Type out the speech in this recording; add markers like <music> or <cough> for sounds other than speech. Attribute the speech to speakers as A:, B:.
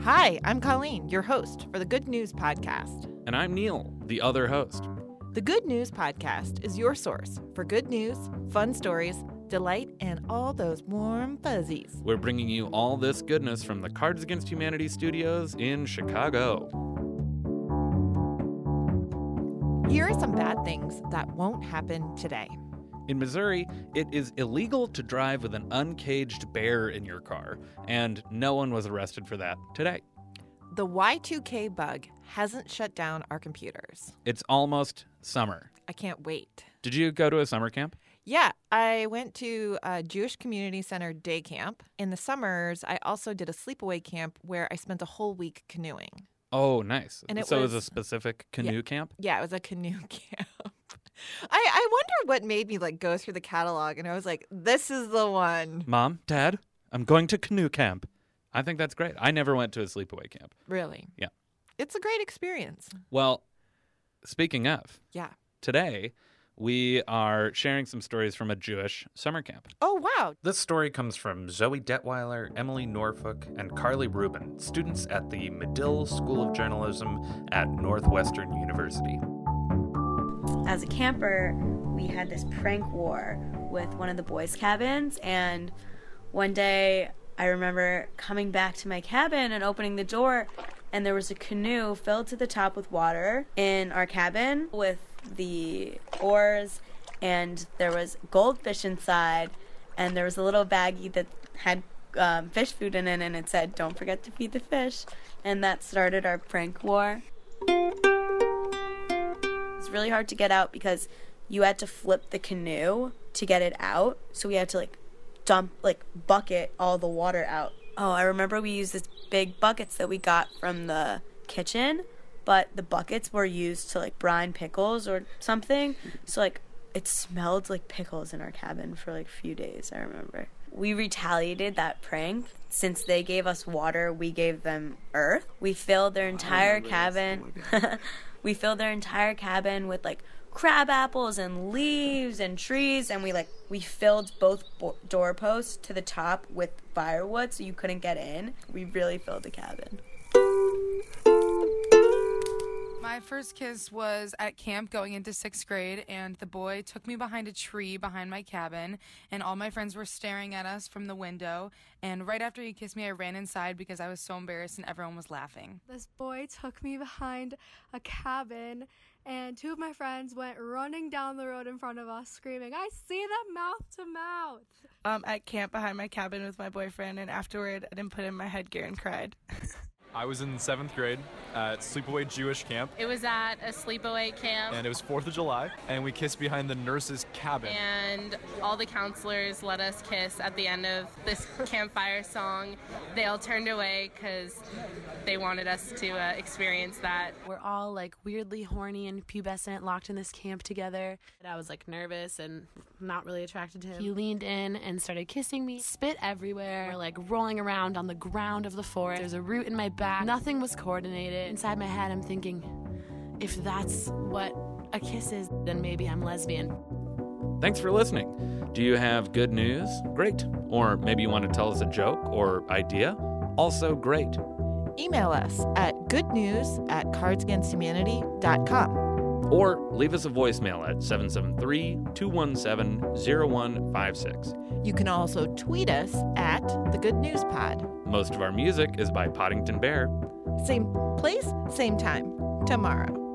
A: Hi, I'm Colleen, your host for the Good News Podcast.
B: And I'm Neil, the other host.
A: The Good News Podcast is your source for good news, fun stories, delight, and all those warm fuzzies.
B: We're bringing you all this goodness from the Cards Against Humanity studios in Chicago.
A: Here are some bad things that won't happen today.
B: In Missouri, it is illegal to drive with an uncaged bear in your car, and no one was arrested for that today.
A: The Y2K bug hasn't shut down our computers.
B: It's almost summer.
A: I can't wait.
B: Did you go to a summer camp?
A: Yeah, I went to a Jewish Community Center day camp. In the summers, I also did a sleepaway camp where I spent a whole week canoeing.
B: Oh, nice.
A: And it
B: so
A: was-
B: it was a specific canoe camp?
A: Yeah, it was a canoe <laughs> camp. I, I wonder what made me like go through the catalog and I was like, this is the one.
B: Mom, Dad, I'm going to canoe camp. I think that's great. I never went to a sleepaway camp.
A: Really?
B: Yeah.
A: It's a great experience.
B: Well, speaking of,
A: Yeah.
B: today we are sharing some stories from a Jewish summer camp.
A: Oh, wow.
C: This story comes from Zoe Detweiler, Emily Norfolk, and Carly Rubin, students at the Medill School of Journalism at Northwestern University.
D: as a camper, we had this prank war with one of the boys' cabins. And one day, I remember coming back to my cabin and opening the door, and there was a canoe filled to the top with water in our cabin with the oars, and there was goldfish inside, and there was a little baggie that had um, fish food in it, and it said, "Don't forget to feed the fish," and that started our prank war. It's really hard to get out because you had to flip the canoe to get it out. So we had to like dump, like bucket all the water out. Oh, I remember we used this big buckets that we got from the kitchen, but the buckets were used to like brine pickles or something. So like it smelled like pickles in our cabin for like a few days, I remember. We retaliated that prank. Since they gave us water, we gave them earth. We filled their entire cabin. <laughs> we filled their entire cabin with like crab apples and leaves and trees and we like we filled both bo- doorposts to the top with firewood so you couldn't get in. We really filled the cabin.
E: My first kiss was at camp going into sixth grade, and the boy took me behind a tree behind my cabin, and all my friends were staring at us from the window. And right after he kissed me, I ran inside because I was so embarrassed and everyone was laughing.
F: This boy took me behind a cabin, and two of my friends went running down the road in front of us, screaming, I see them mouth to mouth.
G: um, at camp behind my cabin with my boyfriend, and afterward, I didn't put in my headgear and cried.
H: I was in seventh grade at Sleepaway Jewish Camp,
I: It was at a sleepaway camp,
H: and it was 4th of July, and we kissed behind the nurse's cabin.
I: and all the counselors let us kiss at the end of this campfire song. They all turned away because they wanted us to uh, experience that.
J: We're all like weirdly horny and pubescent, locked in this camp together. I was like nervous and not really attracted to him. He leaned in and started kissing me, spit everywhere, like rolling around on the ground of the forest. There's a root in my back. Nothing was coordinated. Inside my head, I'm thinking, if that's what a kiss is, then maybe I'm lesbian.
B: Thanks for listening. Do you have good news? Great. Or maybe you want to tell us a joke or idea? Also great.
A: Email us at goodnews at cardsagainsthumanity.com.
B: Or leave us a voicemail at 773 217 0156.
A: You can also tweet us at the Good News Pod.
B: Most of our music is by Poddington Bear.
A: Same place, same time, tomorrow.